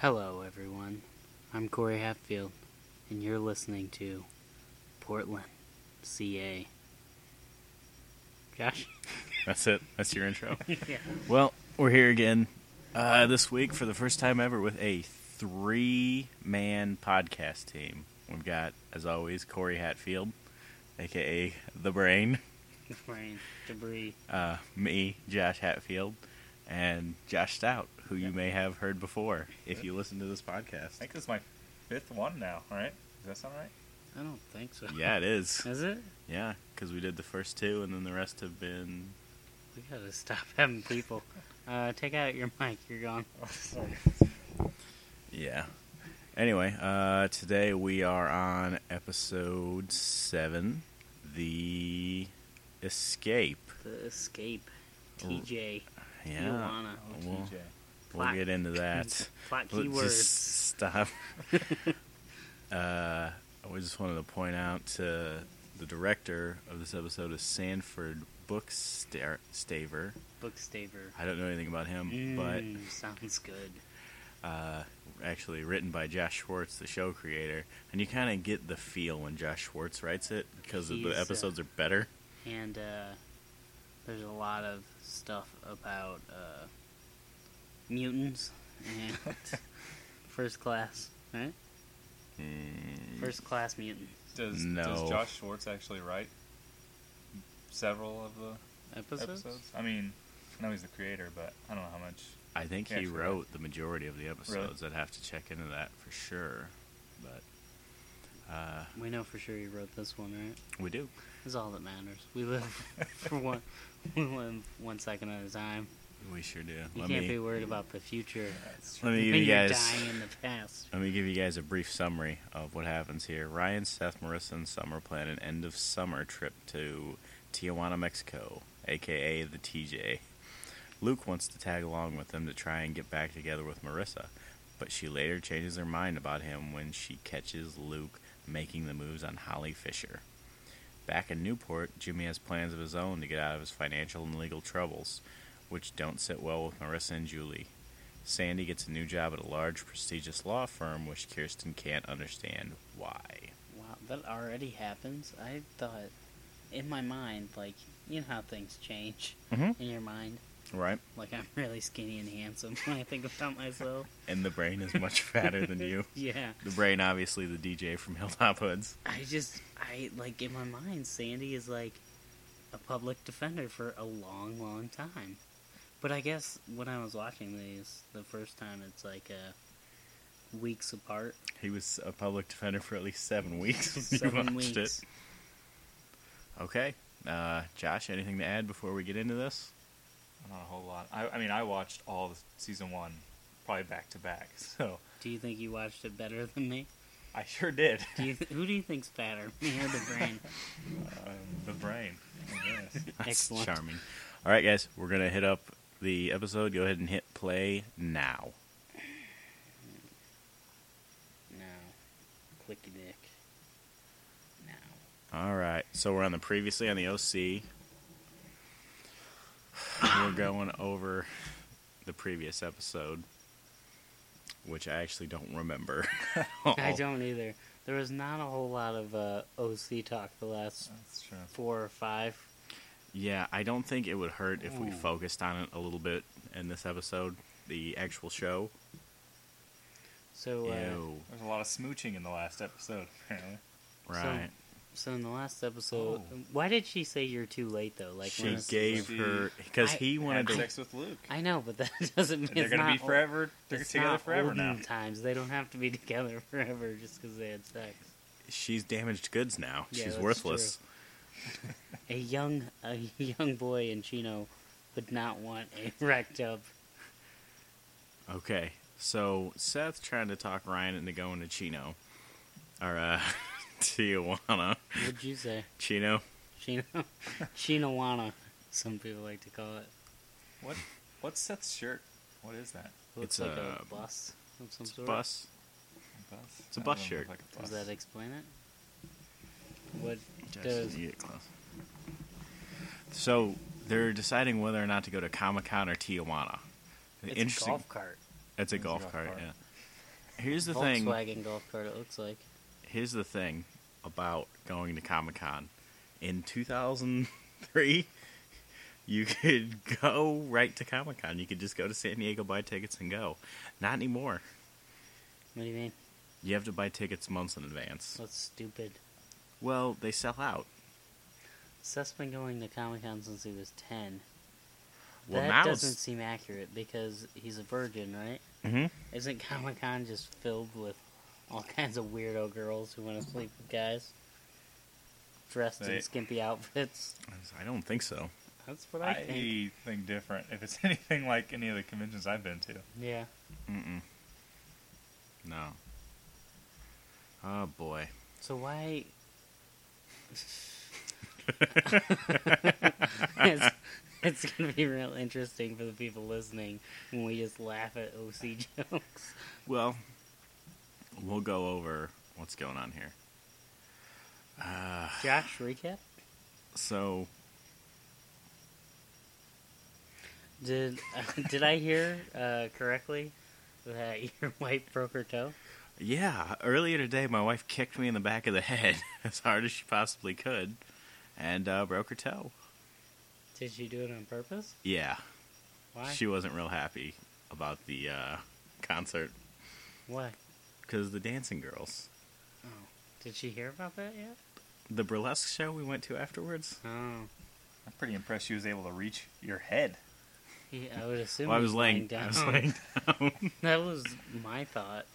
Hello, everyone. I'm Corey Hatfield, and you're listening to Portland, CA. Josh? That's it. That's your intro. yeah. Well, we're here again uh, this week for the first time ever with a three man podcast team. We've got, as always, Corey Hatfield, aka The Brain, Brain, debris. uh, me, Josh Hatfield, and Josh Stout, who you may have heard before if you listen to this I podcast. think this is my fifth one now, right? Does that sound right? I don't think so. Yeah, it is. Is it? Yeah, because we did the first two, and then the rest have been. We gotta stop having people. Uh, take out your mic, you're gone. Oh, sorry. Yeah. Anyway, uh, today we are on episode seven, the escape. The escape. TJ. Oh, Yeah, Tijuana. Oh, Well, TJ. we'll get into that. Plot Let's keywords. just stop. uh, we just wanted to point out to the director of this episode is Sanford Bookstaver. Bookstaver. I don't know anything about him, but Mm, sounds good. uh, actually written by Josh Schwartz, the show creator, and you kind of get the feel when Josh Schwartz writes it because of He's, the uh, episodes are better. and uh, there's a lot of stuff about uh, mutants and first class, right? Mm, First class mutants. Does, No. does Josh Schwartz actually write several of the Episodes? episodes? I mean, I know he's the creator, but I don't know how much. I think he Actually, right. wrote the majority of the episodes. I'd have to check into that for sure, but uh, We know for sure you wrote this one, right? we do. It's all that matters. We live for one, we live one second at a time. We sure do. You let can't me be worried about the future That's let me give when you you're guys dying in the past. let me give you guys a brief summary of what happens here. Ryan, Seth, Marissa, and Summer plan an end of summer trip to Tijuana, Mexico, aka the TJ. Luke wants to tag along with them to try and get back together with Marissa, but she later changes her mind about him when she catches Luke making the moves on Holly Fisher. Back in Newport, Jimmy has plans of his own to get out of his financial and legal troubles, which don't sit well with Marissa and Julie. Sandy gets a new job at a large, prestigious law firm, which Kirsten can't understand why. Wow, that already happens. I thought, in my mind, like you know how things change Mhm. in your mind. Right? Like I'm really skinny and handsome when I think about myself. And the brain is much fatter than you. Yeah. The brain, obviously, the DJ from Hilltop Hoods. I just I like in my mind Sandy is like a public defender for a long, long time. But I guess when I was watching these the first time it's like uh weeks apart. He was a public defender for at least seven weeks. when you Seven watched weeks. it. Okay. Uh, Josh, anything to add before we get into this? not a whole lot. I, I mean, I watched all of season one, probably back to back, so Do you think you watched it better than me? I sure did. Do you, who do you think's fatter, me or the brain? Um, the brain. Yes. That's Excellent. charming. All right, guys, we're going to hit up the episode. Go ahead and hit play now. No. Clicky dick. No. All right. So we're on the previously on the OC. we're going over the previous episode, which I actually don't remember. at all. Oh. I don't either. There was not a whole lot of uh, OC talk the last That's true. four or five. Yeah, I don't think it would hurt if we Ooh. focused on it a little bit in this episode, the actual show. So, uh, Ew. There's a lot of smooching in the last episode, apparently. Right. So in the last episode, Oh. why did she say you're too late though? Like when she it's- gave she- her because I- he wanted to. Had sex with Luke. I know, but that doesn't mean And they're it's gonna not be forever. They're it's together not forever now. olden Times they don't have to be together forever just because they had sex. She's damaged goods now. Yeah, She's that's worthless. A young a young boy in Chino would not want a wrecked up. Okay, so Seth trying to talk Ryan into going to Chino, or uh, Tijuana, What'd you say, Chino. Chino? Chinowana, some people like to call it. What? What's Seth's shirt? What is that? Looks It's like a, a- bus of some It's a sort. bus. A bus? It's a That bus doesn't shirt. look like a Does bus. that explain it? What Just does get close. So they're deciding whether or not to go to Comic Con or Tijuana. The it's a interesting. golf cart? It's a It's a golf golf cart. cart. Yeah. Here's the thing. Volkswagen golf cart. It looks like here's the thing about going to Comic Con. In 2003, you could go right to Comic Con. You could just go to San Diego, buy tickets, and go. Not anymore. what do you mean? You have to buy tickets months in advance. That's stupid. Well, they sell out. Seth's been going to Comic Con since he was ten. Well, that now doesn't it's. seem accurate because he's a virgin, right? hmm Isn't Comic Con just filled with all kinds of weirdo girls who want to sleep with guys dressed They- in skimpy outfits? I don't think so. That's what I, I think. think different. If it's anything like any of the conventions I've been to, Yeah. Mm-mm. No. Oh, boy. So why? it's, it's gonna be real interesting for the people listening when we just laugh at OC jokes. Well, we'll go over what's going on here. Uh, Josh, recap. so Did did I hear uh, correctly that your wife broke her toe? yeah, earlier today my wife kicked me in the back of the head as hard as she possibly could, and uh, broke her toe. Did she do it on purpose? Yeah, Why? she wasn't real happy about the uh, concert Why? because the dancing girls, Oh, did she hear about that yet? the burlesque show we went to afterwards. Oh, I'm pretty impressed she was able to reach your head. he, I would assume. Well, I he was laying, down. I was laying down. That was my thought.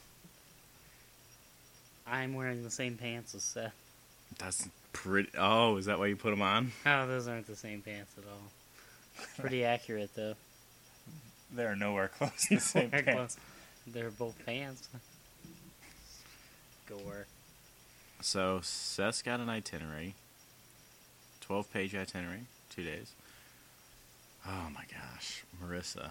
I'm wearing the same pants as Seth. That's pretty. Oh, is that why you put them on? Oh, those aren't the same pants at all. Pretty accurate though. They're nowhere close to the same They're pants. close. They're both pants. Gore. So Seth's got an itinerary, twelve page itinerary, two days. Oh my gosh, Marissa.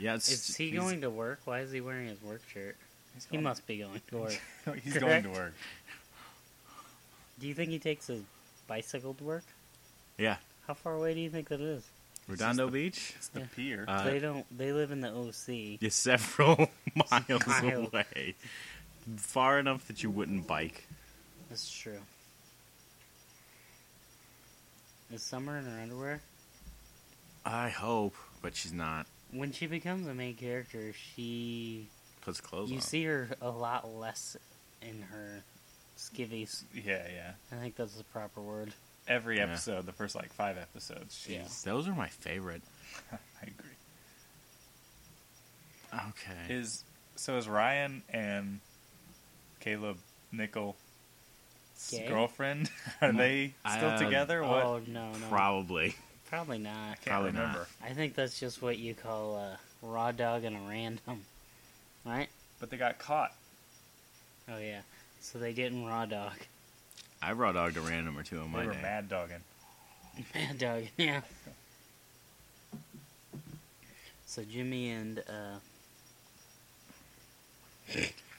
Yeah, it's, Is he he's- going to work? Why is he wearing his work shirt? He's He going- must be going to work. He's going correct? to work. Do you think he takes his bicycle to work? Yeah, How far away do you think that is? Redondo Beach It's the Yeah. pier. Uh, they don't. They live in the OC. is several miles Miles. away, far enough that you wouldn't bike. That's true. Is Summer in her underwear? I hope, but she's not. When she becomes a main character, she Puts clothes you on. see her a lot less in her skivvies. yeah, yeah. I think that's the proper word. Every Yeah. episode, the first like five episodes, she's. Yeah. Those are my favorite. I agree. Okay. Is so is Ryan and Caleb Nickel Gay? girlfriend? Are they still Uh, together? What? Oh no, no, Probably. probably not. Can't probably not. remember. I think that's just what you call a raw dog and a random, right? But they got caught. Oh yeah. So they didn't raw dog. I raw dogged a random or two on my they were day. mad dogging. Mad dog. Yeah. So Jimmy and uh,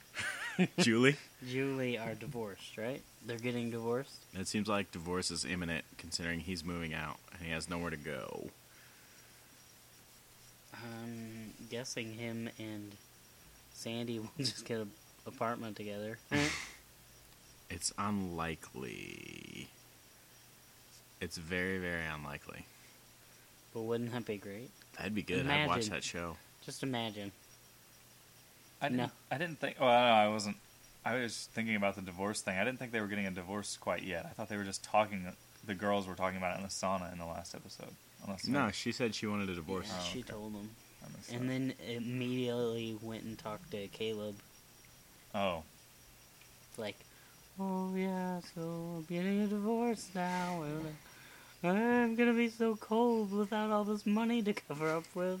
Julie. Julie are divorced, right? They're getting divorced. It seems like divorce is imminent, considering he's moving out and he has nowhere to go. I'm guessing him and Sandy will just get an apartment together. It's unlikely. It's very, very unlikely. but wouldn't that be great? That'd be good. I'd watch Imagine. that show. Just imagine. I didn't. No. I didn't think. Well, I wasn't. I was thinking about the divorce thing. I didn't think they were getting a divorce quite yet. I thought they were just talking. The girls were talking about it in the sauna in the last episode. Unless No, she said she wanted a divorce. Yeah, Oh, she okay. told him. I missed And that. then immediately went and talked to Caleb. oh, Like, oh yeah, so I'm getting a divorce now. and I'm gonna be so cold without all this money to cover up with.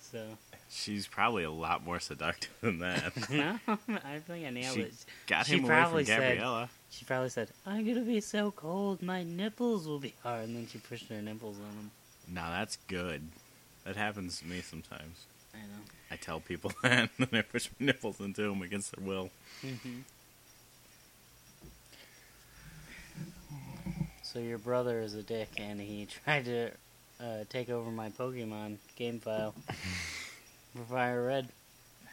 So, She's probably a lot more seductive than that. no, I think I nailed she it. got She him away from probably said- Gabriella. She probably said, I'm gonna be so cold, my nipples will be hard. And then she pushed her nipples on him. Now that's good. That happens to me sometimes. I know. I tell people that, and then I push my nipples into them against their will. Mm-hmm. So your brother is a dick, and he tried to uh, take over my Pokemon game file for Fire Red.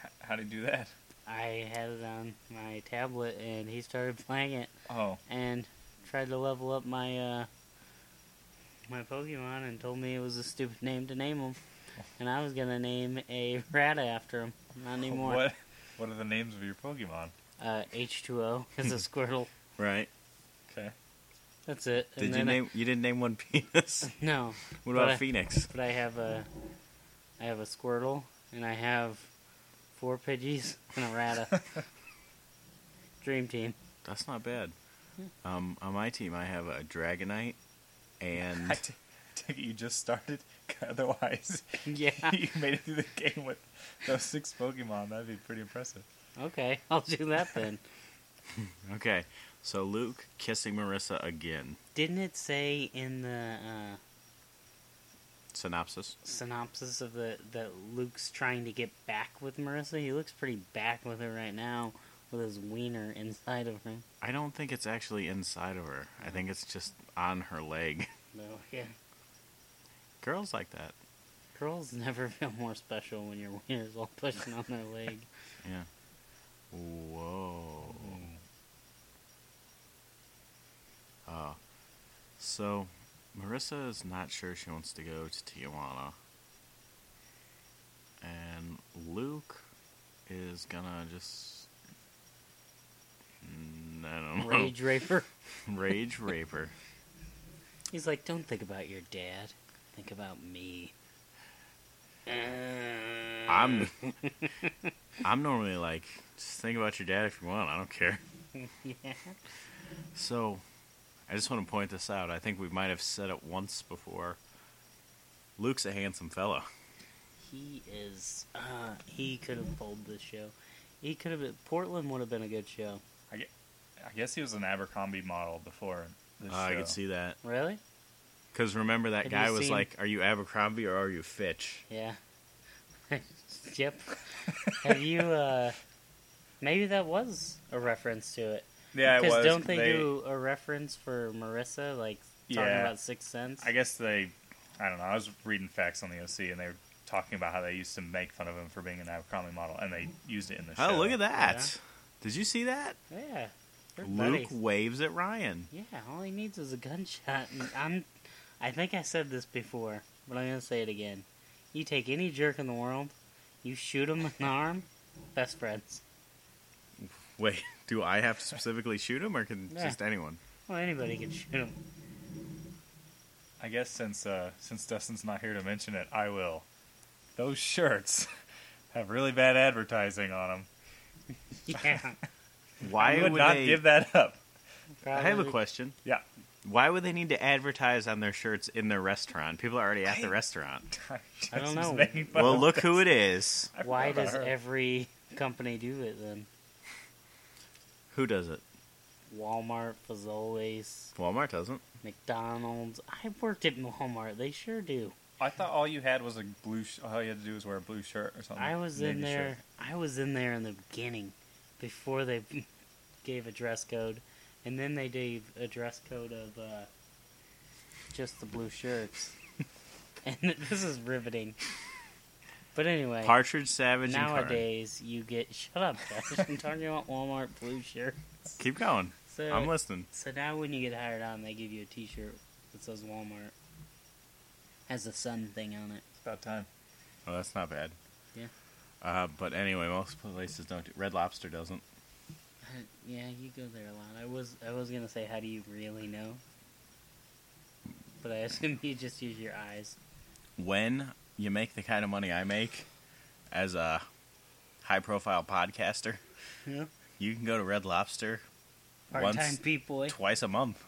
H- how do you do that? I had it on my tablet and he started playing it Oh, and tried to level up my uh, my Pokemon and told me it was a stupid name to name him, and I was gonna name a rat after him. Not anymore. what? What are the names of your Pokemon? Uh, H2O is a Squirtle. Right. Okay. That's it. And Did you then I- name? You didn't name one penis. no, But What about I- Phoenix? but I have a I have a Squirtle and I have four Pidgeys and a Ratta. Dream team. That's not bad. Um, on my team, I have a Dragonite and I t- take it you just started. 'Cause Otherwise, Yeah. you made it through the game with those six Pokemon. That'd be pretty impressive. Okay, I'll do that then. okay. So Luke kissing Marissa again. Didn't it say in the uh, Synopsis. synopsis of the that Luke's trying to get back with Marissa? He looks pretty back with her right now, with his wiener inside of her. I don't think it's actually inside of her. I think it's just on her leg. Though, yeah, Girls like that. girls never feel more special when your wiener's all pushing on their leg. Yeah. Hmm. Whoa. Uh, so Marissa is not sure she wants to go to Tijuana. And Luke is gonna just. Mm, I don't know. Rage raper. Rage raper. He's like, don't think about your dad. Think about me. Uh, I'm. I'm normally like, just think about your dad if you want. I don't care. yeah. So, I just want to point this out. I think we might have said it once before. Luke's a handsome fella. He is. Uh, he could have pulled this show. He could have. Portland would have been a good show. I, gue- I guess he was an Abercrombie model before this Uh, I show. could see that. Really? Because remember that Have guy you was seen- like, "Are you Abercrombie or are you Fitch?" Yeah. yep. Have you? uh Maybe that was a reference to it. Yeah, it was. don't they, They- do a reference for Marissa, like talking Yeah. about Sixth Sense? I guess they. I don't know. I was reading facts on the OC, and they were talking about how they used to make fun of him for being an Abercrombie model, and they used it in the show. Oh, look at that! Did you see that? yeah. They're Luke buddies. waves at Ryan. Yeah, all he needs is a gunshot. And I'm, I think I said this before, but I'm gonna say it again. You take any jerk in the world, you shoot him in the arm, best friends. Wait, do I have to specifically shoot him, or can Yeah. just anyone? Well, anybody can shoot him. I guess since uh, since Dustin's not here to mention it, I will. Those shirts have really bad advertising on them. Yeah. Why I would, would, not they? give that up. I have a probably. question. Yeah, Why would they need to advertise on their shirts in their restaurant? People are already at the I- restaurant. I don't Dustin's know. making fun Well, of look us. who it is. I forgot Why about does her. every company do it then? Who does it? Walmart, Fazoli's, Walmart doesn't. McDonald's. I worked at Walmart. They sure do. I thought all you had was a blue. Sh- all you had to do was wear a blue shirt or something. I was Navy in there. shirt. I was in there in the beginning, before they gave a dress code, and then they gave a dress code of uh, just the blue shirts. and this is riveting. But anyway, Partridge, Savage, and Karn. nowadays you get shut up. Josh. I'm talking about Walmart blue shirt. Keep going. So I'm listening. So now when you get hired on, they give you a T-shirt that says Walmart. Has a sun thing on it. It's about time. Well, that's not bad. Yeah. Uh, but anyway, most places don't. Do, Red Lobster doesn't. Yeah, you go there a lot. I was I was gonna say, how do you really know? But I assume you just use your eyes. When you make the kind of money I make as a high-profile podcaster, Yeah. you can go to Red Lobster Part time Once- beat boy. twice a month.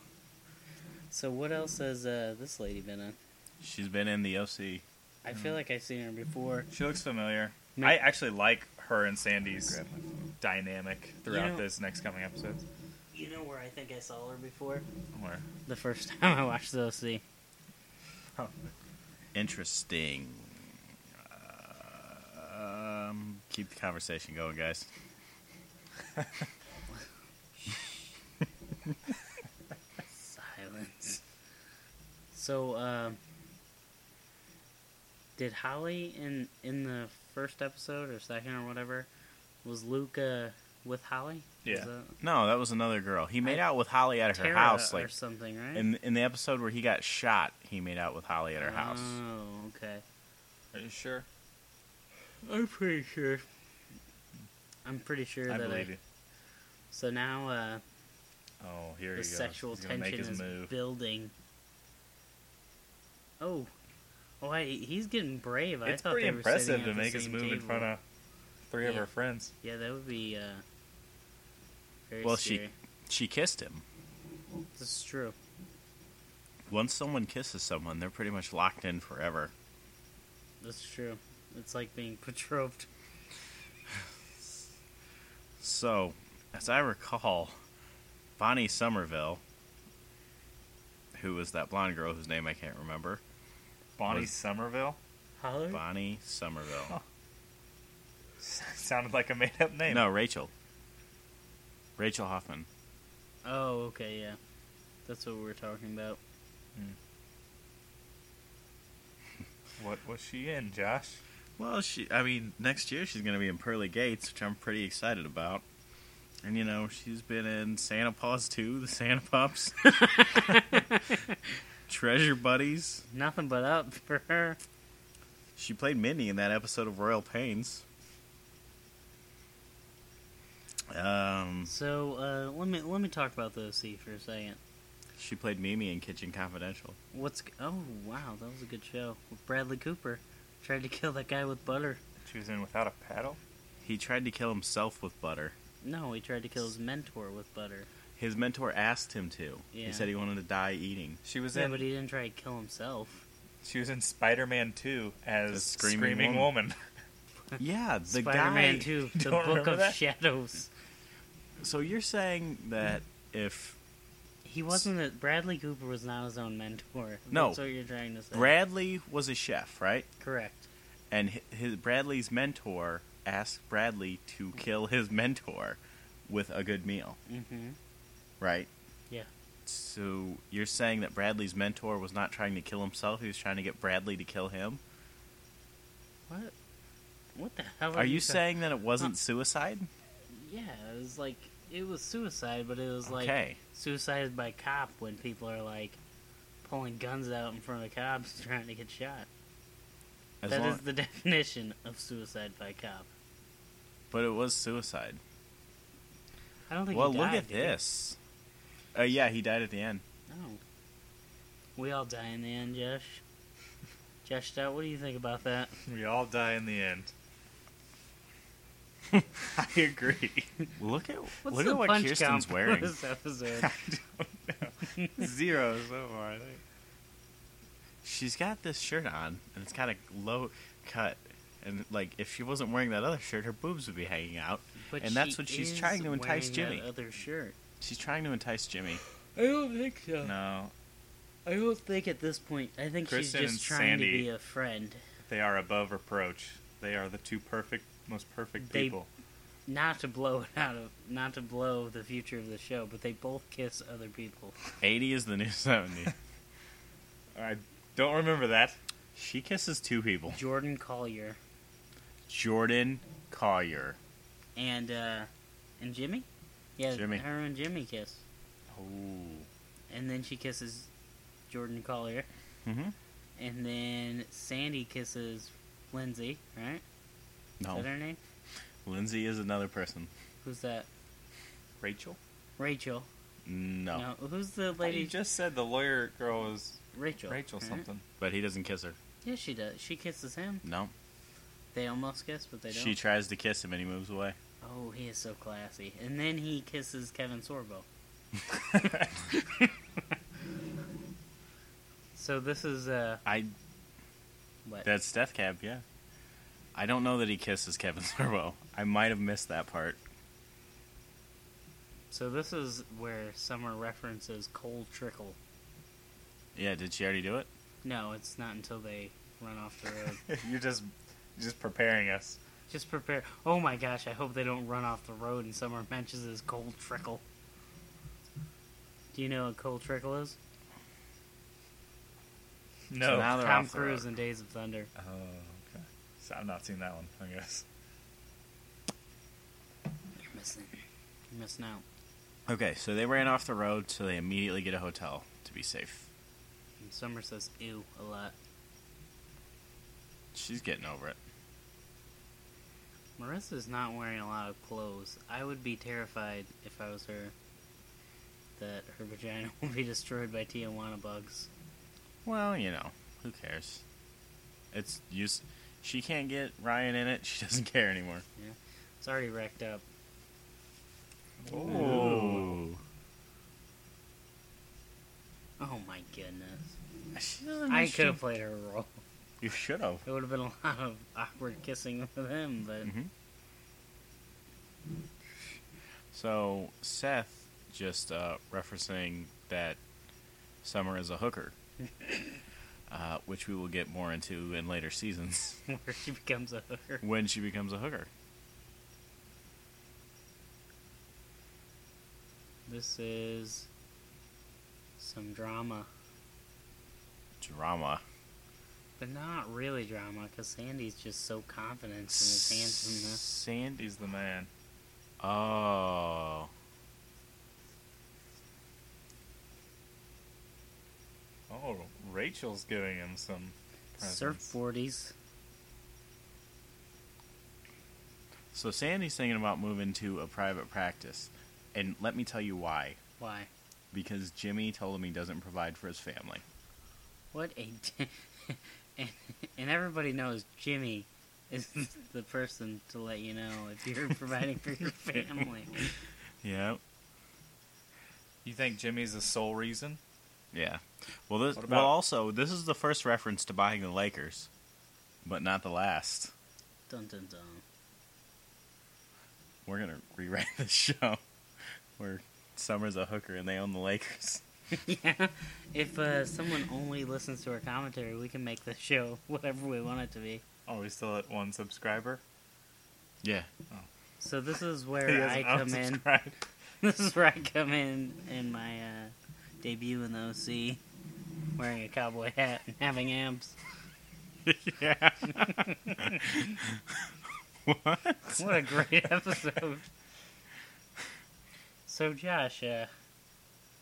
So what else has uh, this lady been on? She's been in the OC. I feel like I've seen her before. She looks familiar. Ma- I actually like her and Sandy's dynamic throughout know- this next coming episodes. You know where I think I saw her before? Where? The first time I watched the OC. Interesting. Um, keep the conversation going, guys. Silence. So, um, did Holly in in the first episode or second or whatever, was Luke uh, with Holly? Was Yeah. that No, that was another girl. He made out with Holly at her Tara house, or like something, right? in in the episode where he got shot. He made out with Holly at her house. Oh, okay. Are you sure? I'm pretty sure. I'm pretty sure I that. uh, believe I, you. so now uh, Oh, here the he goes. sexual He's gonna make tension is his move. building. Oh, oh, I, he's getting brave. I It's thought they pretty were sitting impressive at to the make his same move in table. front of three of Yeah. her friends. Yeah, that would be. Uh, very Well, she- scary. She kissed him. This is true. Once someone kisses someone, they're pretty much locked in forever. This is true. It's like being betrothed. So, as I recall, Bonnie Somerville, who was that blonde girl whose name I can't remember, Bonnie Was- Somerville? Holler. Bonnie Somerville. Sounded like a made up name. No, Rachel. Rachel Hoffman. Oh, okay, yeah. That's what we were talking about. What was she in, Josh? Well, she. I mean, next year she's going to be in Pearly Gates, which I'm pretty excited about. And you know, she's been in Santa Paws 2, The Santa Pups, Treasure Buddies. Nothing but up for her. She played Minnie in that episode of Royal Pains. Um, So uh, let me let me talk about the OC for a second. she played Mimi in Kitchen Confidential. What's oh wow, that was a good show with Bradley Cooper. Tried to kill that guy with butter. She was in Without a Paddle? He tried to kill himself with butter. No, he tried to kill his mentor with butter. His mentor asked him to. Yeah. He said he wanted to die eating. She was Yeah, in but he didn't try to kill himself. She was in Spider Man 2 The as Screaming Screaming, Woman. Yeah, the Spider-Man guy. 2, You The don't Book remember of that? Shadows. So you're saying that if He wasn't a, Bradley Cooper was not his own mentor. No. That's what you're trying to say. Bradley was a chef, right? Correct. And hi- his Bradley's mentor asked Bradley to kill his mentor with a good meal, hmm right? Yeah. So you're saying that Bradley's mentor was not trying to kill himself; he was trying to get Bradley to kill him. What? What the hell? Are, Are you talking- saying that it wasn't suicide? Yeah, it was like it was suicide, but it was like Okay. suicide by cop when people are like pulling guns out in front of cops trying to get shot. That As is long- the definition of suicide by cop. but it was suicide. I don't think. Well, he look died, at did he? this. Uh, yeah, he died at the end. Oh. We all die in the end, Josh. Josh Stout, what do you think about that? We all die in the end. I agree. Look at What's look the at what punch Kirsten's count for wearing. This episode. I don't know. Zero so far, I think. She's got this shirt on, and it's got a low cut. And like, if she wasn't wearing that other shirt, her boobs would be hanging out. But And that's she what she's is trying to entice wearing that Jimmy. Other shirt. She's trying to entice Jimmy. I don't think so. No, I don't think at this point. I think Kristen she's and just trying to Sandy be a friend. they are above reproach. They are the two perfect, most perfect They- people. not to blow it out of not to blow the future of the show, but they both kiss other people. Eighty is the new seventy. I don't remember that. she kisses two people: Jordan Collier Jordan Collier. and uh and Jimmy? Yeah, Jimmy. her and Jimmy kiss. Oh. And then she kisses Jordan Collier. Mm-hmm. And then Sandy kisses Lindsay, right? Is No, that her name? Lindsay is another person. Who's that? Rachel? Rachel. No, Who's the Lady. lady? You just said the lawyer girl was Rachel. Rachel right? something. but he doesn't kiss her. Yeah, she does. She kisses him. No, They almost kiss, but they don't. she tries to kiss him, and he moves away. oh, he is so classy. And then he kisses Kevin Sorbo. So this is uh I what? that's Death Cab. Yeah. I don't know that he kisses Kevin Sorbo. I might have missed that part. so this is where Summer references Cold Trickle. Yeah, did she already do it? No, it's not until they run off the road. you're just you're just preparing us. Just prepare. Oh my gosh, I hope they don't run off the road and Summer mentions this Cold Trickle. Do you know what Cold Trickle is? No. So now they're Tom off the Cruise road. in Days of Thunder. oh, okay. So I've not seen that one, I guess. You're missing. You're missing out. Okay, so they ran off the road, so they immediately get a hotel to be safe. And Summer says ew a lot. She's getting over it. Marissa's not wearing a lot of clothes. I would be terrified if I was her that her vagina will be destroyed by Tijuana bugs. Well, you know, who cares? It's use. She can't get Ryan in it. She doesn't care anymore. It's already wrecked up. Oh, Oh my goodness. She doesn't. I she- could have played her role. You should have. It would have been a lot of awkward kissing with him, but Mhm. So Seth just uh, referencing that Summer is a hooker, uh, which we will get more into in later seasons where she becomes a hooker. when she becomes a hooker. This is some drama, Drama. but not really drama because Sandy's just so confident in his handsomeness. Sandy. He's the man. Oh. Oh, Rachel's giving him some presents. Surfboardies. So Sandy's thinking about moving to a private practice, and let me tell you why. Why? Because Jimmy told him he doesn't provide for his family. What a. d- and, and everybody knows Jimmy is the person to let you know if you're providing for your family. Yeah. You think Jimmy's the sole reason? Yeah. Well, this. What about- Well, also, this is the first reference to buying the Lakers, but not the last. Dun dun dun. We're gonna rewrite the show where Summer's a hooker and they own the Lakers. yeah. If uh, someone only listens to our commentary, we can make the show whatever we want it to be. Oh, we still at one subscriber? Yeah. So this is He where I hasn't come in. unsubscribed. This is where I come in in my uh, debut in the OC, wearing a cowboy hat and having abs. yeah. what? What a great episode! So Josh, uh,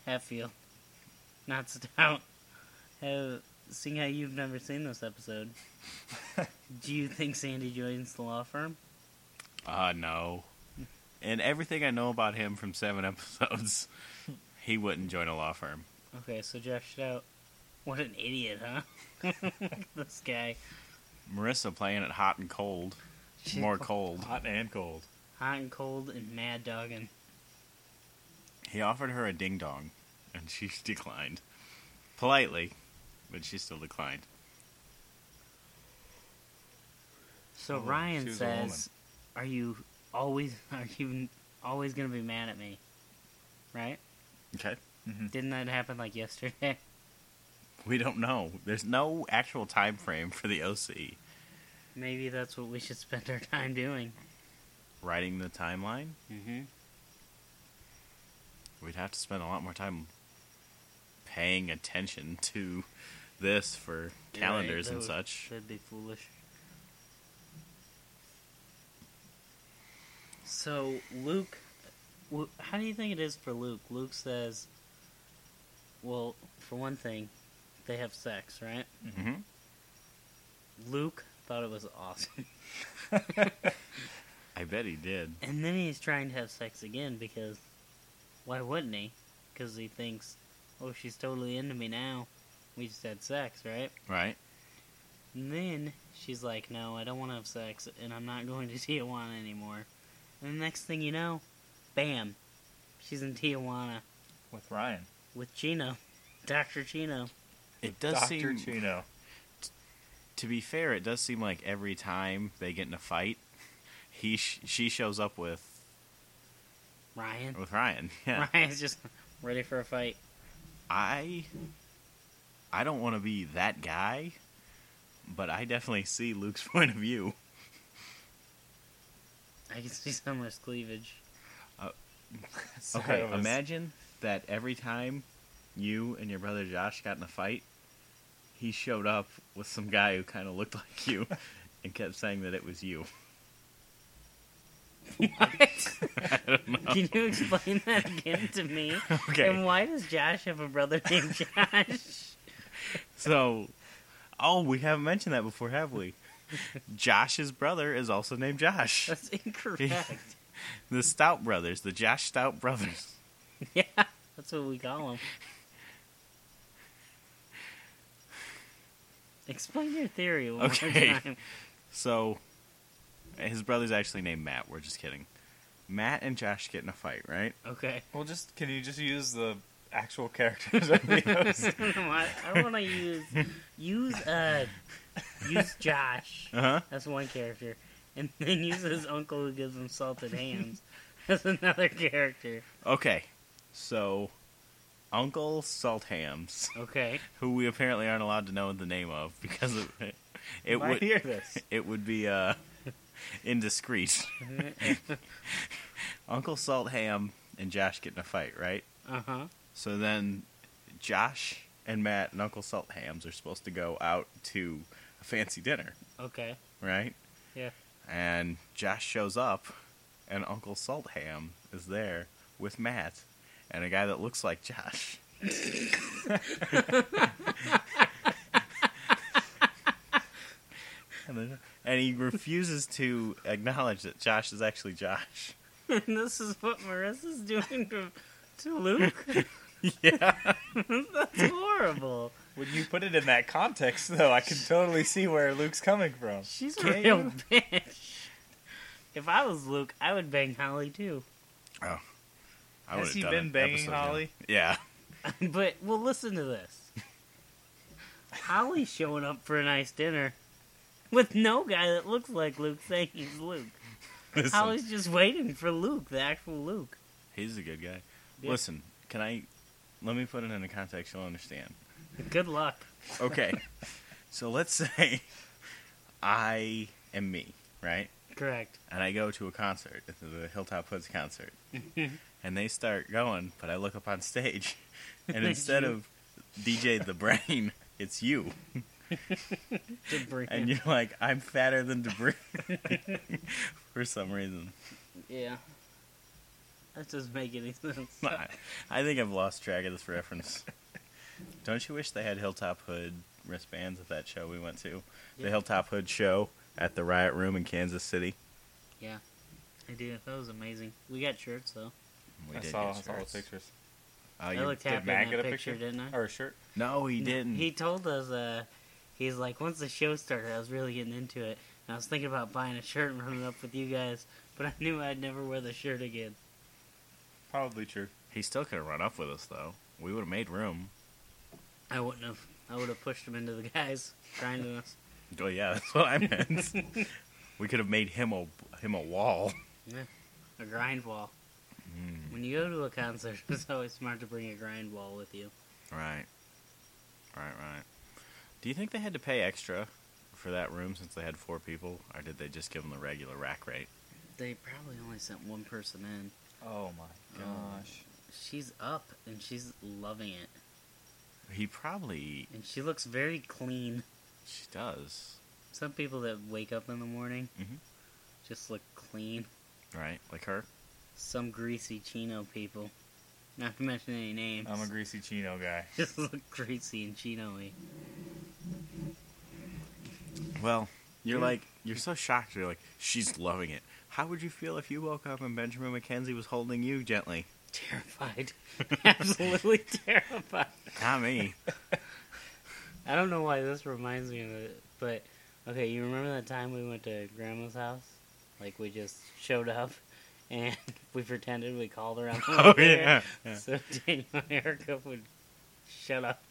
Hatfield, not Stout. How, seeing how you've never seen this episode, do you think Sandy joins the law firm? Ah, Uh, no. And everything I know about him from seven episodes, he wouldn't join a law firm. Okay, so Josh Stout, what an idiot, huh? this guy, Marissa playing it hot and cold. More cold. Hot and cold. hot and cold and mad dogging. He offered her a ding dong, and she declined. Politely, but she still declined. So Oh, she Ryan was a woman. says, "Are you always are you always gonna be mad at me?" Right? Okay. Didn't that happen like yesterday? We don't know. There's no actual time frame for the OC. Maybe that's what we should spend our time doing. Writing the timeline, Mm-hmm. we'd have to spend a lot more time paying attention to this for calendars and such. That'd be foolish. So Luke, wh- how do you think it is for Luke? Luke says, "Well, for one thing, they have sex, right?" hmm Luke thought it was awesome. I bet he did. And then he's trying to have sex again because why wouldn't he? Because he thinks, oh, she's totally into me now. We just had sex, right? Right? And then she's like, no, I don't want to have sex, and I'm not going to Tijuana anymore. And the next thing you know, bam, she's in Tijuana With Ryan. with Chino, Dr. Chino. It does Dr. seem. Chino. To be fair, it does seem like every time they get in a fight, he sh- she shows up with Ryan. with Ryan. Oh, Yeah. Ryan's just ready for a fight. I I don't want to be that guy, but I definitely see Luke's point of view. I can see Summer's cleavage. Sorry, Okay, I was- imagine that every time you and your brother Josh got in a fight, he showed up with some guy who kind of looked like you and kept saying that it was you. What? I don't know. Can you explain that again to me? Okay. And why does Josh have a brother named Josh? So, oh, we haven't mentioned that before, have we? Josh's brother is also named Josh. That's incorrect. The Stout brothers, the Josh Stout brothers. yeah, that's what we call him. Explain your theory one Okay. more time. So, his brother's actually named Matt. We're just kidding. Matt and Josh get in a fight, right? Okay. Well, just can you just use the actual characters of the I, I want to use use uh use Josh. Uh huh. That's one character, and then use his uncle who gives him salted hands. That's another character. Okay. So, Uncle Salthams, Okay. who we apparently aren't allowed to know the name of because of it, it I would hear this. it would be uh indiscreet. Uncle Saltham and Josh get in a fight, right? Uh huh. So then Josh and Matt and Uncle Salt Hams are supposed to go out to a fancy dinner, Okay. right? Yeah. And Josh shows up and Uncle Salt Ham is there with Matt and a guy that looks like Josh. and, then- and he refuses to acknowledge that Josh is actually Josh. And this is what Marissa's doing to, to Luke. Yeah. That's horrible. When you put it in that context, though, I can totally see where Luke's coming from. She's a Can't real bitch. If I was Luke, I would bang Holly too. Oh, I Has would've he done been an banging episode, yeah. Holly? Yeah. But well, listen to this. Holly's showing up for a nice dinner with no guy that looks like Luke saying he's Luke. Listen, Holly's just waiting for Luke, the actual Luke. he's a good guy. Yeah. Listen, can I? Let me put it in a context you'll understand. Good luck. Okay. so let's say I am me, right? Correct. And I go to a concert, the Hilltop Hoods concert, and they start going, but I look up on stage, and It's instead you. of DJ the Brain, it's you, Good break. and you're like, I'm fatter than debris for some reason. Yeah. That doesn't make any sense. I I think I've lost track of this reference. Don't you wish they had Hilltop Hood wristbands at that show we went to? The Yeah. Hilltop Hood show at the Riot Room in Kansas City. Yeah. I do. That was amazing. We got shirts though. We I did saw, I get saw the shirts. pictures. Oh, I you- looked Did happy Matt in get that a picture, picture? didn't I? Or a shirt. no, he didn't. He told us, uh, he's like, once the show started, I was really getting into it. And I was thinking about buying a shirt and running up with you guys, but I knew I'd never wear the shirt again. Probably true. He still could have run up with us, though. We would have made room. I wouldn't have. I would have pushed him into the guys grinding us. Oh, yeah, that's what I meant. we could have made him a, him a wall. A grind wall. Mm. When you go to a concert, it's always smart to bring a grind wall with you. Right. Right, right. Do you think they had to pay extra for that room since they had four people, or did they just give them the regular rack rate? They probably only sent one person in. Oh my gosh. She's up and she's loving it, He probably and she looks very clean. she does, Some people that wake up in the morning Mhm. just look clean. right? Like her. some greasy chino people. Not to mention any names. I'm a greasy chino guy. just look greasy and chino-y. Well, you're Yeah. like you're so shocked. You're like she's loving it. How would you feel if you woke up and Benjamin McKenzie was holding you gently? Terrified. Absolutely terrified. Not me. I don't know why this reminds me of it, but okay, you remember that time we went to grandma's house? Like we just showed up and we pretended we called her on the oh way there? yeah. yeah. So Daniel and Erica would shut up.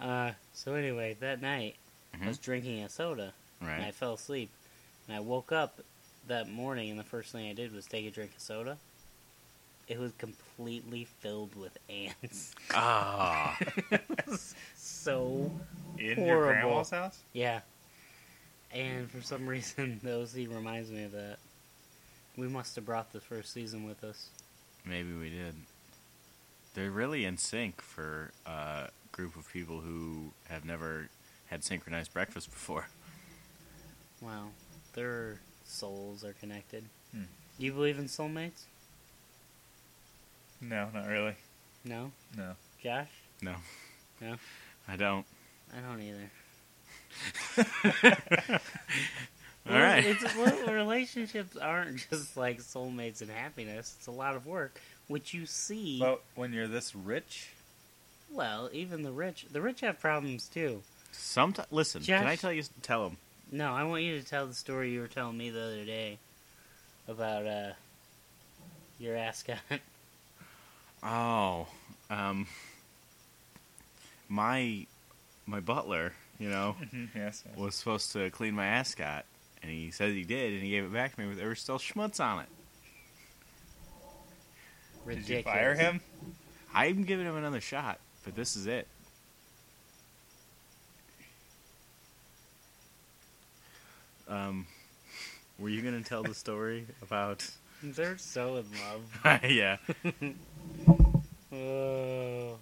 Uh, so anyway, that night I Mm-hmm. was drinking a soda. and I Right. fell asleep. And I woke up that morning, and the first thing I did was take a drink of soda. It was completely filled with ants. Ah. so, In your Horrible. grandma's house? yeah. And for some reason, the OC reminds me of that. We must have brought the first season with us. Maybe we did. They're really in sync for uh, a group of people who have never had synchronized breakfast before. Wow. Their souls are connected. Hmm. Do you believe in soulmates? No, not really. No? No. Josh? No, No? I don't. I don't either. All right. It's, well, relationships aren't just like soulmates and happiness. It's a lot of work, which you see. But when you're this rich, well, even the rich, the rich have problems too. Sometimes, listen. Can I Josh- tell you? Tell him. No, I want you to tell the story you were telling me the other day about uh, your ascot. Oh, um, my my butler, you know, yes, yes. was supposed to clean my ascot, and he said he did, and he gave it back to me, but there were still schmutz on it. Ridiculous. Did you fire him? I'm giving him another shot, but this is it. Um, were you gonna tell the story about? They're so in love. yeah. Oh.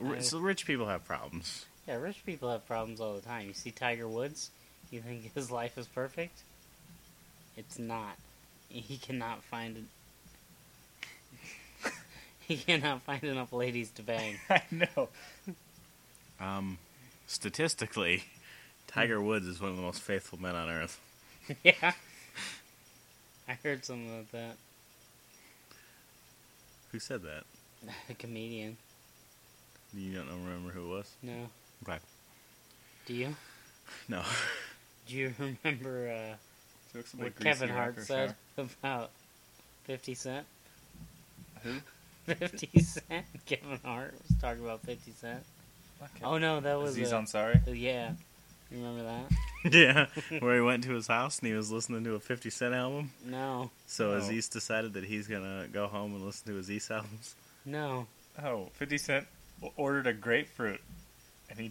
Ri- I- So rich people have problems. Yeah, rich people have problems all the time. You see Tiger Woods, you think his life is perfect? It's not. He cannot find He cannot find enough ladies to bang. I know. Um, statistically, Tiger Woods is one of the most faithful men on earth. yeah. I heard something about that. Who said that? A comedian. You don't know- remember who it was? No. Okay. Do you? No. Do you remember uh, Jokes about what greasy Kevin Hart rocker said shower. about 50 Cent? Who? 50 Cent? Kevin Hart was talking about 50 Cent. Okay. Oh no, that was. Aziz uh, Ansari. Yeah. You remember that? yeah, where he went to his house and he was listening to a 50 Cent album. No. So Oh. Aziz decided that he's gonna go home and listen to Aziz albums. No. Oh, 50 Cent o- ordered a grapefruit, and he,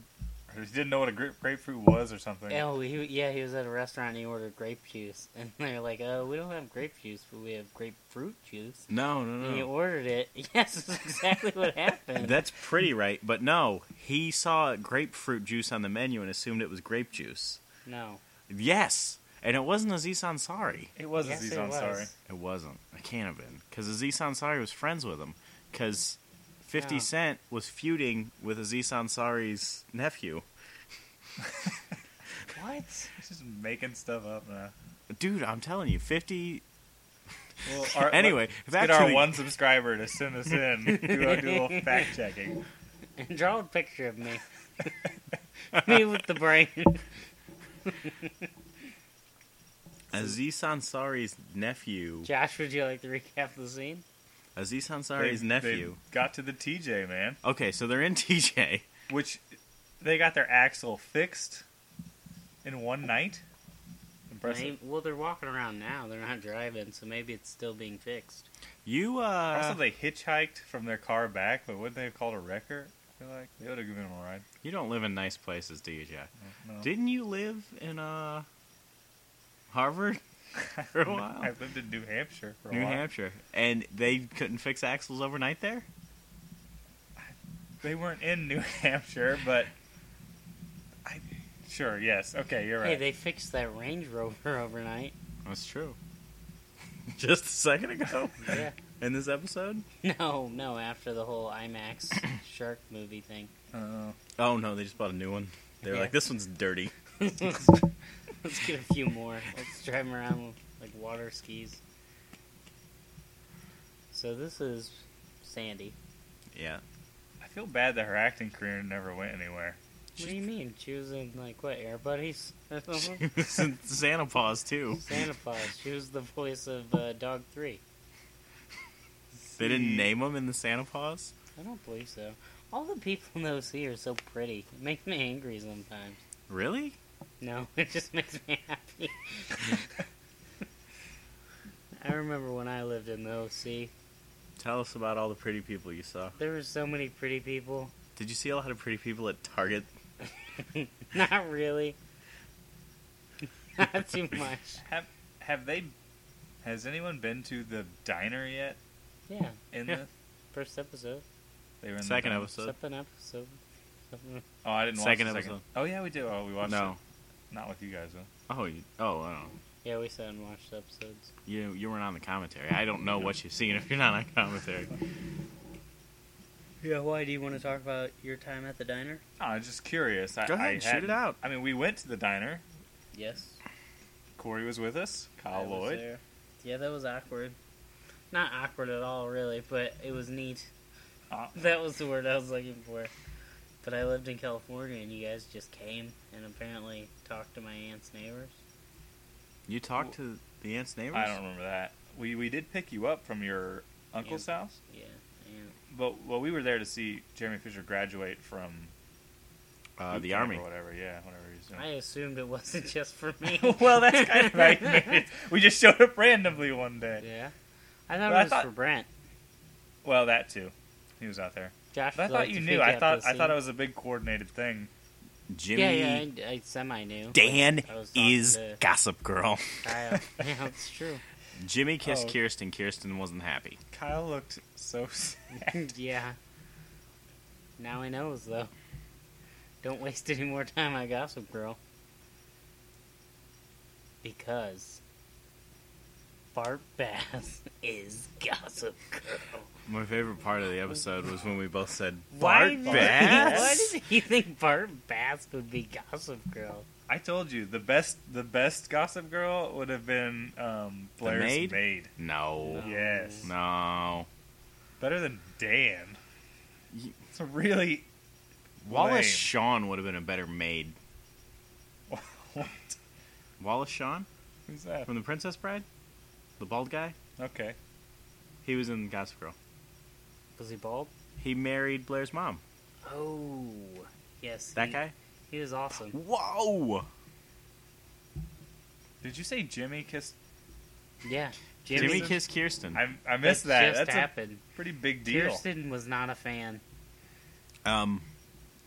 or he didn't know what a grape, grapefruit was or something. Oh, he, yeah, he was at a restaurant and he ordered grape juice. And they're like, oh, we don't have grape juice, but we have grapefruit juice. No, no, Oh. And he no. ordered it. Yes, that's exactly what happened. That's pretty right, but no, he saw grapefruit juice on the menu and assumed it was grape juice. No. Yes, and it wasn't Aziz Ansari. It was Yes, Aziz it was. Ansari. It wasn't. It can't have been because Aziz Ansari was friends with him because 50 Yeah. Cent was feuding with Aziz Ansari's nephew. What? He's just making stuff up now. Dude, I'm telling you, 50. Well, our, Anyway, let's back get to our the- one subscriber to send us in. do, a- do a little fact checking. And draw a picture of me. me with the brain. Aziz Ansari's nephew. Josh, would you like to recap the scene? Aziz Ansari's They- nephew. They got to the TJ, man. Okay, so they're in TJ. Which, they got their axle fixed in one night. Impressive. Maybe- well, they're walking around now. They're not driving, so maybe it's still being fixed. You, uh. also, they hitchhiked from their car back, but wouldn't they have called a wrecker? I feel like they would have given them a ride. You don't live in nice places, do you, Jack? No. Didn't you live in, uh. Harvard? For a while? I lived in New Hampshire for a New while. Hampshire. And they couldn't fix axles overnight there? They weren't in New Hampshire, but I sure yes. Okay, you're Hey, right. they fixed that Range Rover overnight. That's true. Just a second ago? Yeah. in this episode? No, no, after the whole IMAX shark movie thing. Uh, Oh no, they just bought a new one. They were Yeah. like, "This one's dirty." let's, let's get a few more. Let's drive 'em around with, like water skis. So this is Sandy. Yeah, I feel bad that her acting career never went anywhere. What do you mean? She was in like what Air Buddies or something? Santa Paws too. Santa Claus. She was the voice of uh, Dog Three. They didn't See, name him in the Santa Paws. I don't believe so. All the people in those sea are so pretty. It makes me angry sometimes. Really? No, it just makes me happy. I remember when I lived in the OC. Tell us about all the pretty people you saw. There were so many pretty people. Did you see a lot of pretty people at Target? Not really. Not too much. Have have they? Has anyone been to the diner yet? Yeah. In Yeah. the First episode. they were in Second the diner. episode. Second episode. Something- Oh, I didn't Second watch the episode. Oh yeah, we did. Oh, we watched No, it. Not with you guys though. Oh, you, oh, I don't. know. Yeah, we sat and watched episodes. You you weren't on the commentary. I don't know what you've seen if you're not on commentary. Yeah, why do you want to talk about your time at the diner? I'm just curious. I, Go ahead, I shoot it hadn't- out. I mean, we went to the diner. Yes. Corey was with us. Kyle I was Lloyd. there. Yeah, that was awkward. Not awkward at all, really, but it was neat. Uh, That was the word I was looking for. But I lived in California, and you guys just came and apparently talked to my aunt's neighbors. You talked to the aunt's neighbors. I don't remember that. We we did pick you up from your uncle's house, Yeah, and but well, we were there to see Jeremy Fisher graduate from Uh, boot the camp army. or whatever. Yeah, whatever he's doing. I assumed it wasn't just for me. well, that's kind of how you made it. We just showed up randomly one day. Yeah, I thought But I it was thought- for Brent. Well, that too. He was out there. Josh, But I would thought like you to knew. recap I thought the I thought it scene. was a big coordinated thing. Jimmy. Yeah, yeah, I, I semi knew. Dan I was talking is to Gossip Girl. Kyle. uh, yeah, that's true. Jimmy kissed Oh. Kirsten. Kirsten wasn't happy. Kyle looked so sad. yeah. Now he knows though. Don't waste any more time on Gossip Girl. Because Bart Bass is Gossip Girl. My favorite part of the episode was when we both said Why Bart did- Bass. Why did you think Bart Bass would be Gossip Girl? I told you the best. The best Gossip Girl would have been um, Blair's maid? maid? Oh, No, Yes, no. better than Dan. Ye- It's a really Wallace Lame. Shawn would have been a better maid. what? Wallace Shawn Who's that? from The Princess Bride, the bald guy. Okay. He was in Gossip Girl. Was he bald? He married Blair's mom. Oh, yes. That he- guy. He was awesome. Whoa. Did you say Jimmy kissed? Yeah, Jimmy, Jimmy. kissed Kirsten. I, I missed that. Just That's happened. a pretty big deal. Kirsten was not a fan. Um,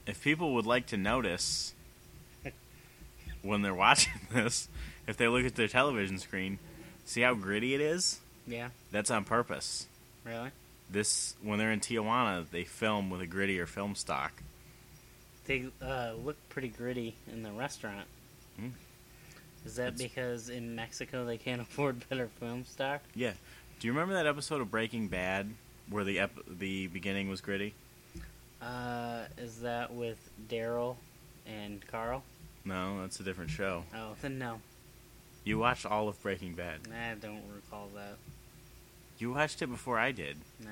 if people would like to notice when they're watching this, if they look at their television screen, see how gritty it is. Yeah, That's on purpose. really. This when they're in Tijuana, they film with a grittier film stock. They uh, look pretty gritty in the restaurant. Mm. Is that That's- because in Mexico they can't afford better film stock? Yeah. Do you remember that episode of Breaking Bad where the ep- the beginning was gritty? Uh, is that with Daryl and Carl? No, that's a different show. Oh, then no. You watched all of Breaking Bad. I don't recall that. You watched it before I did. Nah,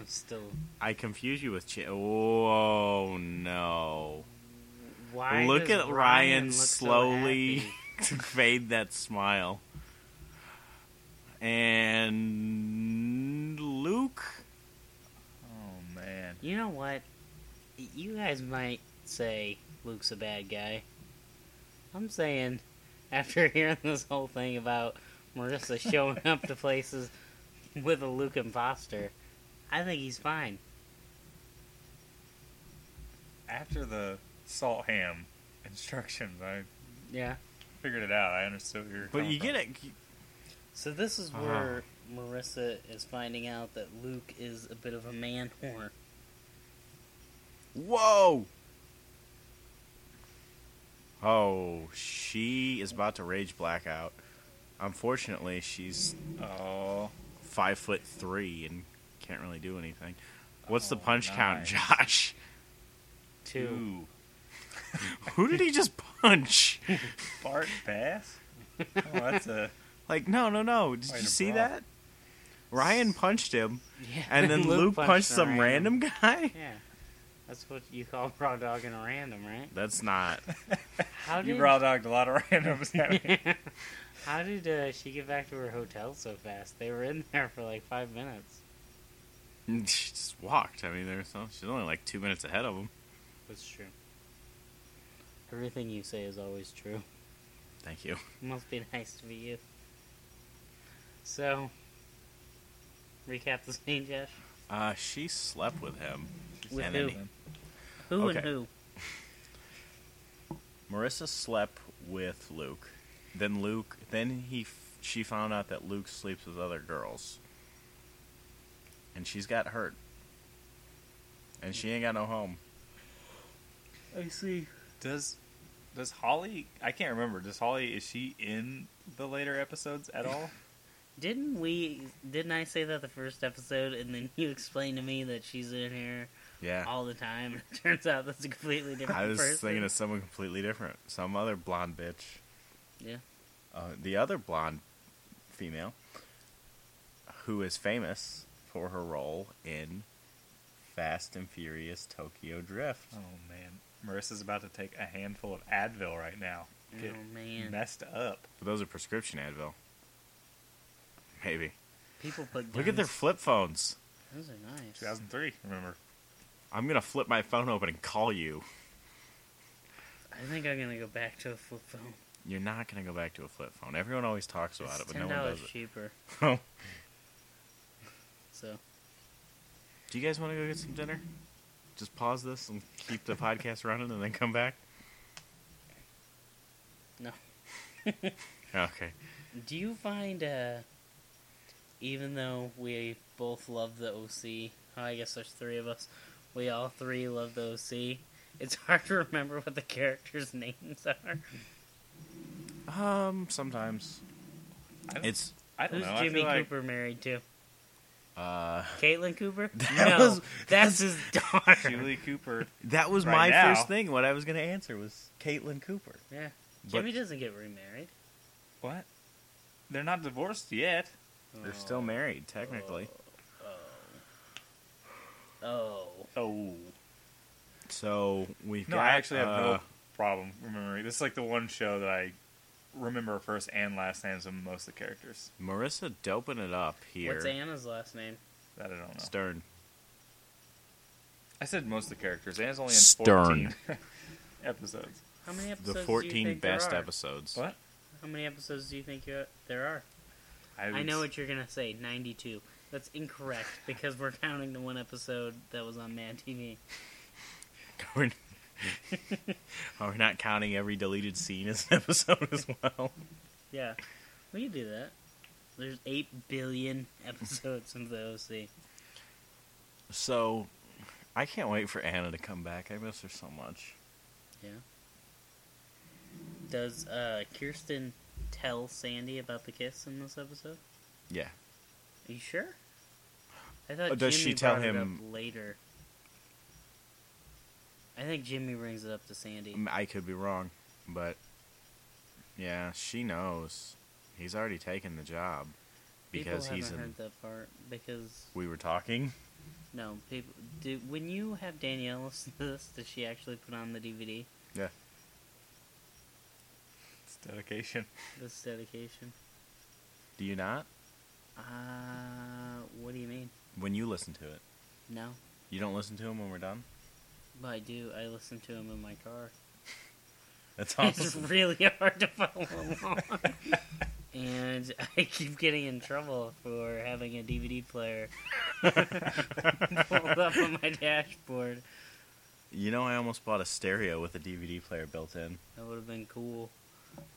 I'm still. I confuse you with Ch- Oh no. Why? look does at Ryan, look so slowly happy? fade that smile. And Luke, Oh man. You know what? You guys might say Luke's a bad guy. I'm saying, after hearing this whole thing about Marissa showing up to places with a Luke imposter, I think he's fine. After the salt ham instructions, I Yeah. figured it out. I understood what you were. but you get it. it. So this is Uh-huh. where Marissa is finding out that Luke is a bit of a man whore. Whoa! Oh, she is about to rage blackout. Unfortunately, she's Oh, five foot three and can't really do anything. What's the Oh, punch count, nice. Josh? Two. ooh. Who did he just punch? Bart Bass. oh, that's a. Like, no, no, no. Did Way you to see brawl. that? Ryan punched him, Yeah. and then Luke, punched, a some random guy. Yeah. That's what you call raw dog and a random, right? That's not. How You did raw dogged a lot of randoms. haven't you? How did uh, she get back to her hotel so fast? They were in there for like five minutes. she just walked. I mean, there's no, she's only like two minutes ahead of him. That's true. Everything you say is always true. Thank you. must be nice to be you. So, recap the scene, Josh. Uh, she slept with him. With and who? then he- Who Okay. and who? Marissa slept with Luke. Then Luke. Then he. f- She found out that Luke sleeps with other girls. And she's got hurt. And she ain't got no home. I see. Does Does Holly? I can't remember. Does Holly? Is she in the later episodes at all? Didn't we? Didn't I say that the first episode, and then you explained to me that she's in here Yeah. all the time? And it turns out that's a completely different I was person. thinking of someone completely different. Some other blonde bitch. Yeah. Uh, the other blonde female who is famous for her role in Fast and Furious Tokyo Drift. oh man, Marissa's about to take a handful of Advil right now. Get oh man, messed up. But those are prescription Advil. Maybe. people put guns. Look at their flip phones. Those are nice. 2003. Remember? I'm gonna flip my phone open and call you. I think I'm gonna go back to a flip phone. You're not gonna go back to a flip phone. Everyone always talks It's about it, but no ten one dollars does it. cheaper. Oh. So Do you guys want to go get some dinner? Just pause this and keep the podcast running, and then come back. no. Okay. Do you find, uh, even though we both love the OC, oh, I guess there's three of us, we all three love the OC, it's hard to remember what the characters' names are? Um, sometimes I don't, it's I don't Who's know. Jimmy I feel like Cooper married to? uh Caitlin Cooper? no, That was- that's his daughter. Julie Cooper. that was my Right now. first thing. What I was gonna answer was Caitlin Cooper. Yeah. But- Jimmy doesn't get remarried. What? They're not divorced yet. They're still married technically. Oh. Oh. Oh. So we've No, got, I actually have uh, no problem remembering. This is like the one show that I remember first and last names of most of the characters. Marissa doping it up here. What's Anna's last name? That I don't know. Stern. I said most of the characters. Anna's only in Stern. 14 episodes. How many episodes? The do you 14 think best there are? episodes. What? How many episodes do you think you there are? I would know s- what you're gonna say. Ninety-two. That's incorrect because we're counting the one episode that was on Mad TV. We're- Are we not counting every deleted scene as an episode as well? Yeah, we can do that. There's eight billion episodes in the OC. So, I can't wait for Anna to come back. I miss her so much. Does uh, Kirsten tell Sandy about the kiss in this episode? Yeah. Are you sure? I thought Uh, does Jimmy she tell brought it up him- later? I think Jimmy brings it up to Sandy. Mm, I could be wrong, but yeah, she knows. He's already taken the job because People he's haven't in. heard that part because We were talking. No, people. Do when you have Danielle listen to this, does she actually put on the DVD? Yeah. It's dedication. This dedication. Do you not? Uh, what do you mean? When you listen to it, No, you don't listen to him when we're done. but I do. I listen to him in my car. That's It's awesome. really hard to follow along, and I keep getting in trouble for having a DVD player pulled up on my dashboard. you know, I almost bought a stereo with a DVD player built in. That would have been cool.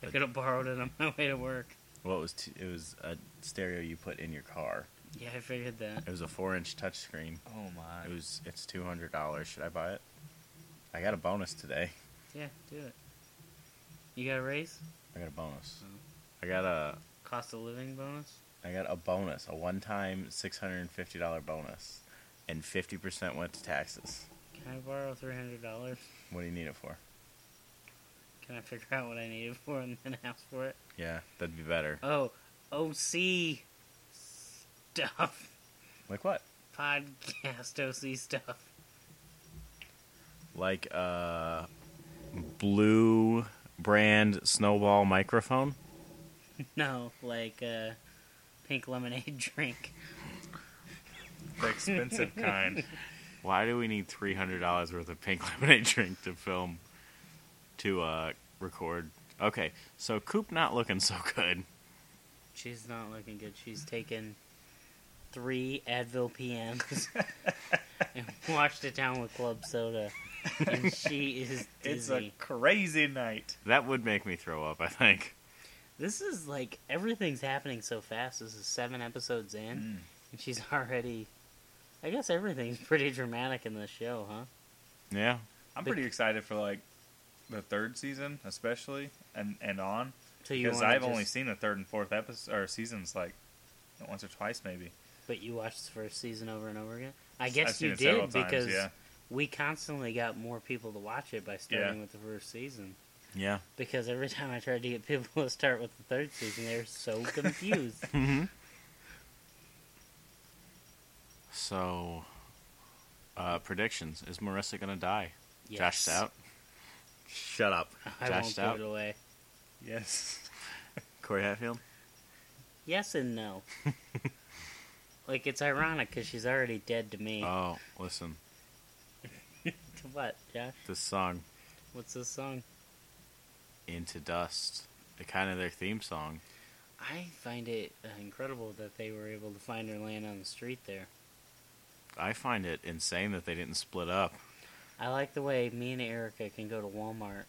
I could have borrowed it on my way to work. Well, it was t- it was a stereo you put in your car. Yeah, I figured that. It was a four-inch touchscreen. Oh my. It was it's two hundred dollars. Should I buy it? I got a bonus today. Yeah, do it. You got a raise? I got a bonus. Oh. I got a Cost of living bonus? I got a bonus, a one-time six hundred and fifty dollar bonus, and fifty percent went to taxes. Can I borrow three hundred dollars? What do you need it for? Can I figure out what I need it for and then ask for it? Yeah, that'd be better. Oh, OC stuff. Like what? Podcast OC stuff. Like a blue brand snowball microphone. No, like uh, pink lemonade drink. The expensive kind. Why do we need three hundred dollars worth of pink lemonade drink to film, to uh, record? Okay, so Coop not looking so good. She's not looking good. She's taken three Advil PMs and washed it down with club soda, and she is It's dizzy. a crazy night. That would make me throw up. I think. This is like everything's happening so fast. This is seven episodes in, Mm. and she's already. I guess everything's pretty dramatic in this show, huh? Yeah, I'm pretty excited for like the third season, especially and and on, So you because wanna I've only just- seen the third and fourth episode or seasons like once or twice maybe. But you watched the first season over and over again. I I've guess seen you it several did times, because yeah. we constantly got more people to watch it by starting with the first season. Yeah. Because every time I tried to get people to start with the third season, they were so confused. Mm-hmm. So, uh, predictions: Is Marissa gonna die? Yes. Josh out. Shut up. I Joshed won't out. give it away. Yes. Corey Hatfield. Yes and no. like it's ironic because she's already dead to me. Oh, listen, To what, Josh? this song What's this song? "Into Dust," the kind of their theme song. I find it uh, incredible that they were able to find her laying on the street there. I find it insane that they didn't split up. I like the way me and Erica can go to Walmart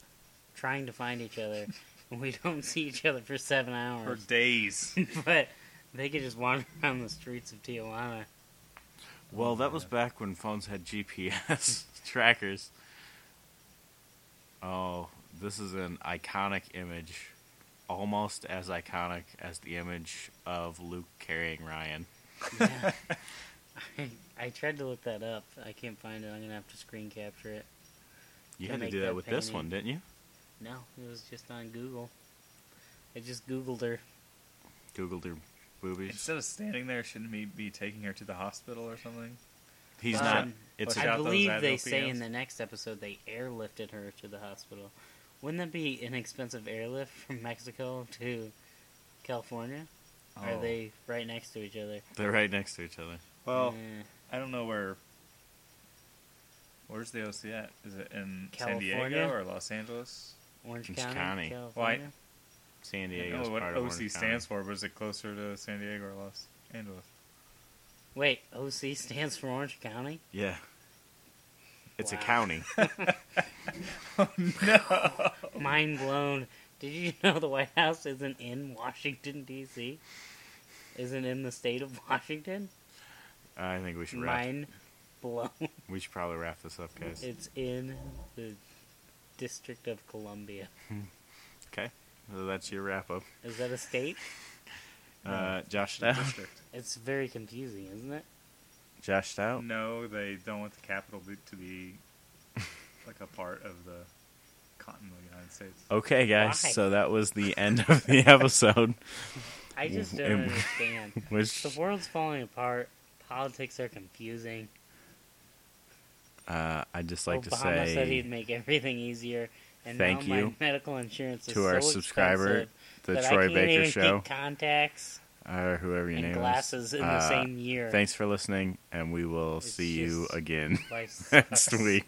trying to find each other and we don't see each other for seven For hours. days. but they could just wander around the streets of Tijuana. Well, that was back when phones had GPS trackers. Oh, this is an iconic image, almost as iconic as the image of Luke carrying Ryan. Yeah. I, I tried to look that up. I can't find it. I'm going to have to screen capture it. You To had to make do that that with this painting. one, didn't you? No, it was just on Google. I just Googled her. Googled her boobies. Instead of standing there, shouldn't we be taking her to the hospital or something? He's Um, not. It's Push I out those believe they Advil say in PMs. the next episode they airlifted her to the hospital. Wouldn't that be an expensive airlift from Mexico to California? Are Oh. they right next to each other? they're right next to each other. Well, Eh, I don't know where. Where's the OC at? Is it in San California? Diego or Los Angeles? Orange It's County, County. California. San I Diego's don't know what part OC of Orange stands County. for, but is it closer to San Diego or Los Angeles? Wait, OC stands for Orange County. Yeah, it's a Wow. county. Mind blown. Did you know the White House isn't in Washington D.C.? Isn't in the state of Washington? I think we should wrap. Mind blown. We should probably wrap this up, guys. It's in the District of Columbia. Okay, so that's your wrap up. Is that a state? Uh, Josh out. It's very confusing, isn't it? Josh out. No, they don't want the capital be- to be like a part of the continental United States. Okay, guys. Why? So that was the end of the episode. I just It- don't understand. Which the world's falling apart. Politics are confusing. uh, I'd just like Obama to say said he'd make everything easier, and thank now my you medical insurance is to our so subscriber, expensive the that I Troy can't Baker even Show, Get contacts or whoever your and name glasses is. in the Uh, same year. Thanks for listening, and we will It's see you just- again Life next sucks. week.